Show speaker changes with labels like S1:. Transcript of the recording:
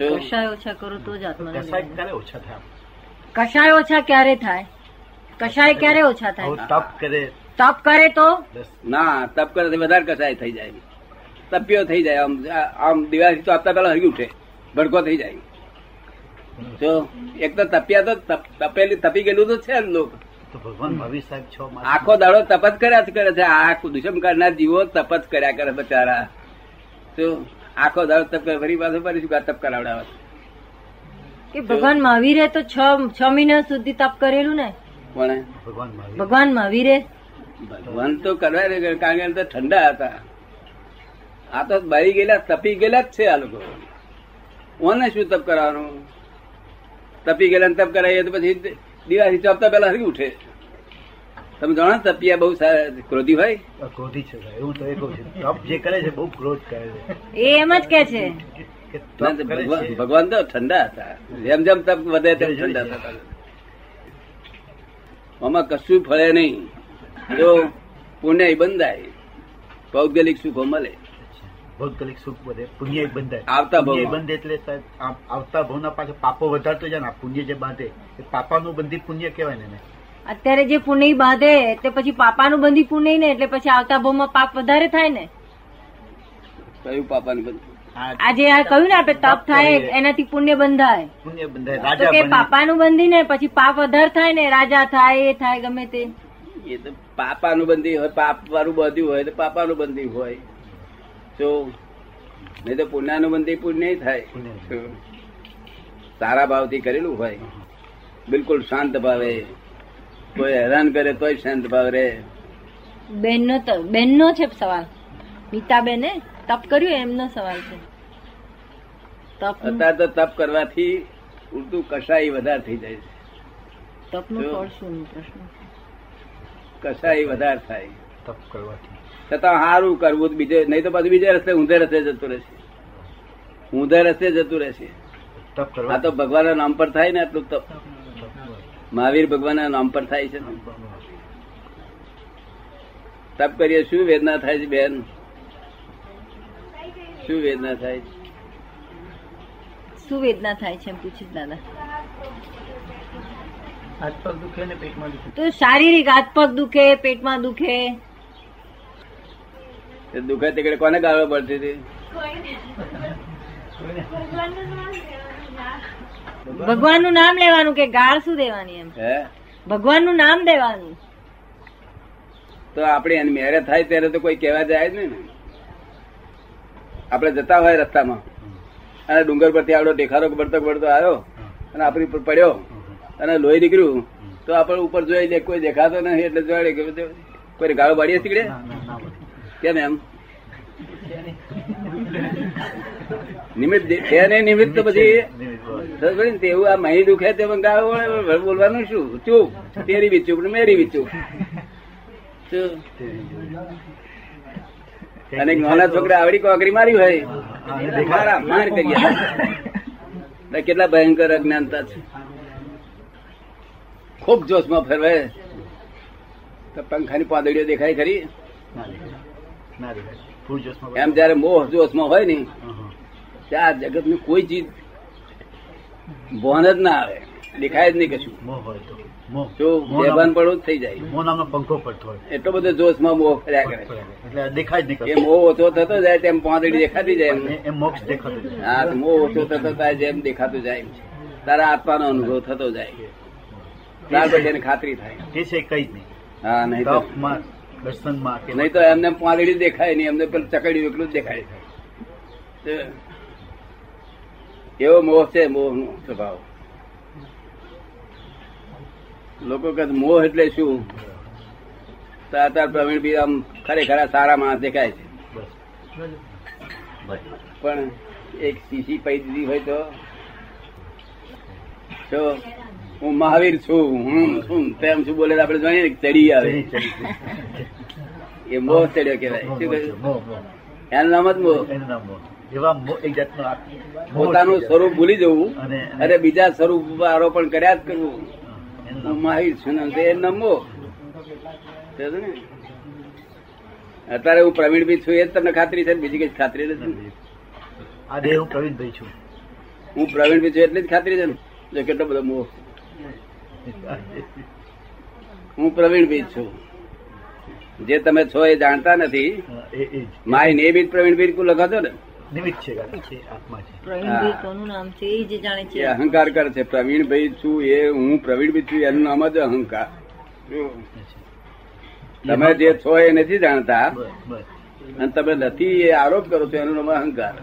S1: જો
S2: કશાય ઓછા કરો તો જ
S3: કસાય
S2: આત્માના
S3: કરે ઓછા થાય આમ.
S2: કશાય ઓછા ક્યારે થાય કશાય ક્યારે ઓછા
S3: આવું
S2: થાય
S3: તપ કરે
S2: તપ કરે તો
S3: બસ
S1: ના તપ કરે વધારે કસાય થઈ જાય તપ્યો થઈ જાય આમ આ- આમ દિવાળી તો આપતા પેલા હરી ઉઠે ભડકો થઈ જાય જો એક તો તપ્યા તો તપ- તપેલી તપી ગયેલું તો છે જ લોકો
S3: તો ભગવાન ભાવી સાહેબ છો મારા.
S1: આખો દાડો તપત કર્યા જ કરે છે આ આખું દુષ્મ કરનાર જીવો તપત કર્યા કરે બચારા શું આખો દાડો તપ કરે ફરી પાછો ફરી શું તપ કરાવડાવે
S2: કે ભગવાન મહાવીરે તો છ છ મહિના સુધી તપ કરેલું ને
S1: કોણે
S3: ભગવાન ભાવી
S2: ભગવાન મહાવીરે
S1: ભગવાન તો કરવા નહીં ગયા, કારણ કે એમ તો ઠંડા હતા આ તો બળી ગયેલા તપી ગયેલા જ છે આ લોકો કોને શું તપ કરવાનું તપી ગયેલા ને તપ કરાવીએ તો પછી દિવાળી ચોપતા પેલા હરી ઉઠે તમે જાણો ને તપિયા બહુ સારા ક્રોધી હોય
S3: આ ક્રોધી છે સાહેબ. એવું તો એ કહું છું તપ જે કરે છે બહુ ક્રોધ કરે છે
S2: એ એમ જ કે છે
S3: કે તપ
S1: ના,
S3: કરે
S1: ભગવાન
S3: છે.
S1: ભગવાન તો ઠંડા હતા જેમ જેમ તપ વધે તેમ ઠંડા થતા આમાં કશું ફળે નહીં જો પુણ્ય બંધાય ભૌગોલિક સુખો મળે
S3: ભૌગોલિક સુખ વધે પુણ્ય ય બંધાય
S1: આવતા
S3: પુણ્ય ય
S1: ભવમાં.
S3: બંધે એટલે સાહેબ આમ આવતા ભવના પાછળ પાપો વધારતો જાય ને આ પુણ્ય જે બાંધે એ પાપાનું બંધી પુણ્ય કહેવાય ને એને.
S2: અત્યારે જે પુણ્ય બાંધે તે પછી પાપાનું બંધી પુણ્ય ને એટલે પછી આવતા ભાવમાં પાપ વધારે થાય ને
S1: કયું પાપાનું બંધ
S3: આ
S2: આજે આ કહ્યું ને આપણે તપ થાય
S3: કરીએ.
S2: એનાથી પુણ્ય બંધાય
S3: પુણ્ય બંધાય
S2: તો
S3: રાજા
S2: કે
S3: બને.
S2: પાપાનું બંધી ને પછી પાપ વધારે થાય ને રાજા થાય એ થાય ગમે તે
S1: એ તો પાપાનું બંધી હોય પાપ વાળું બધું હોય તો પાપાનું બંધી હોય તો નહીં તો પુણ્યાનું બંધી પુણ્ય નહીં થાય
S3: પુણ્ય.
S1: જો, સારા ભાવથી કરેલું હોય બિલકુલ શાંત ભાવે કોઈ હેરાન કરે તોય શાંત ભાવ રહે
S2: બેનનો તો બેનનો છે સવાલ નીતાબેને તપ કર્યું એમનો સવાલ છે તપ
S1: અત્યારે તો તપ કરવાથી ઉડતું કસાઈ વધારે થઈ જાય છે
S2: તપનું
S1: જો.
S2: ફળ શું પ્રશ્ન
S1: કસાઈ વધારે થાય
S3: તપ કરવાથી
S1: છતાં સારું કરવું તો બીજે નહીં તો પછી બીજે રસ્તે ઊંધે રસ્તે જતું રહેશે ઊંધે રસ્તે જતું રહેશે
S3: તપ
S1: આ તો
S3: કરવાથી
S1: ભગવાનના નામ પર થાય ને આટલું તપ મહાવીર ભગવાનના નામ પર થાય છે ને. તપ કરીએ શું વેદના થાય છે બેન શું વેદના થાય છે?
S2: શું વેદના થાય છે એમ પૂછ્યું દાદા
S3: હાથ પગ દુખે ને પેટમાં દુખે
S2: તો શારીરિક હાથ પગ દુખે પેટમાં દુખે
S1: એ દુખે તે ઘડી કોને ગાળો પડતી હતી
S2: ભગવાનનું નામ લેવાનું કે ગાળ શું દેવાની એમ
S1: હે
S2: ભગવાનનું નામ દેવાનું
S1: તો આપણે એની મેરે થાય ત્યારે તો કોઈ કહેવા જાય જ નહીં ને આપણે જતા હોય રસ્તામાં અને ડુંગર પરથી આવડો દેખાડો બળતો બળતો આવ્યો અને આપણી ઉપર પડ્યો અને લોહી નીકળ્યું તો આપણે ઉપર જોઈ લે કોઈ દેખાતો નથી એટલે જોઈ લે કોઈ ગાળો પાડીએ તીકડે
S3: ના, ના, ના બોલે.
S1: કેમ એમ નિમિત્ત જે- છે ને નિમિત્ત તો પછી
S3: નિમિત્ત બોલે.
S1: સમજ પડી ને? તેવું આ મહી દુખે તે પણ ગાળો વળે. બોલવાનું શું ચૂપ તેરી બી ચૂપ ને મેરી બી ચૂપ શું? અને નાના છોકરા આવડી કોકરી મારી
S3: હા,
S1: હોય
S3: એ દેખાય.
S1: મારા માર કરી આપે. એટલે કેટલા ભયંકર અજ્ઞાનતા છે ખૂબ જોશમાં ફરવે તો પંખાની પાંદડીઓ દેખાય ખરી
S3: ના દેખાય. ના દેખાય. પૂર જોશમાં
S1: એમ જયારે મોહ જોશમાં હોય ને
S3: હા, હા.
S1: ત્યાં આ જગતની કોઈ ચીજ ભાન જ ના આવે દેખાય જ નહીં કશું
S3: મોહ હોય તો મોહ
S1: જો
S3: મોહ
S1: બેભાન
S3: નામ-
S1: પડવું જ થઈ જાય
S3: મોહ નામનો પંખો પડતો હોય
S1: એટલો બધો જોશમાં મોહ કર્યા કરે
S3: એટલે આ દેખાય જ નહીં
S1: એ
S3: કશું.
S1: મોહ ઓછો થતો જાય તેમ પાંદડી દેખાતી જાય એમને
S3: એ- એ મોક્ષ દેખાતો જ નહીં.
S1: આ તો મોહ ઓછો થતો થાય જેમ દેખાતું જાય એમ છે. તારા આત્માનો અનુભવ થતો જાય ત્યાર પછી એને ખાતરી થાય
S3: તે છે કઈ જ નહીં
S1: હા નહીં તો
S3: તપમાં દર્શનમાં કે
S1: નહીં તો એમને પાંદડી દેખાય નહીં એમને પેલું ચકડ્યું એટલું જ દેખાય તો એવો મોહ છે મોહનો સ્વભાવ લોકો કહે છે, મોહ એટલે શું તો અત્યારે પ્રવીણ બી આમ ખરેખર આ સારા માણસ દેખાય છે
S3: બસ બસ.
S1: પણ એક શીશી પૈ દીધી હોય તો જો હું મહાવીર છું હું છું તેમ છું બોલે તો આપણે જાણીએ ને ચડી
S3: ચડી,
S1: આવે
S3: ચડી.
S1: એ મોહ ચડ્યો કહેવાય
S3: મોહ,
S1: શું
S3: મોહ છે,
S1: કહ્યું?
S3: મોહ, મોહ.
S1: એનું નામ જ મોહ
S3: એનું નામ મોહ. એવા મોહ એક જાતનો આ મોહ
S1: પોતાનું
S3: થઈ જાય.
S1: સ્વરૂપ ભૂલી જવું
S3: અને-
S1: અને બીજા સ્વરૂપ આરોપણ કર્યા જ કરવું
S3: હા, એનું
S1: હું
S3: નામ
S1: મહાવીર છું ને એ નમો સમજો ને? અત્યારે હું પ્રવીણ બી છું એ જ તમને ખાતરી છે ને બીજી કઈ ખાતરી નથી ને?
S3: આ દેહ હું પ્રવીણભાઈ છું
S1: હું પ્રવીણ બી છું એટલી જ ખાતરી છે ને જો કેટલો બધો મોહ હું પ્રવીણ બીજ છું જે તમે છો એ જાણતા નથી
S3: એ એ જ
S1: માય નેમ ઇઝ પ્રવીણ બિલકુલ લખો છો ને
S3: નિમિત્ત છે કાકા, છે આત્મા છે
S2: પ્રવીણભાઈ
S1: હા.
S2: કોનું નામ છે એ જે જાણે
S1: એ
S2: છે
S1: અહંકાર કરે છે પ્રવીણભાઈ છું એ હું પ્રવીણભાઈ છું એનું નામ જ અહંકાર જો, તમે જે છો એ નથી જાણતા
S3: બસ બસ
S1: અને તમે નથી એ આરોપ કરો છો એનું નામ અહંકાર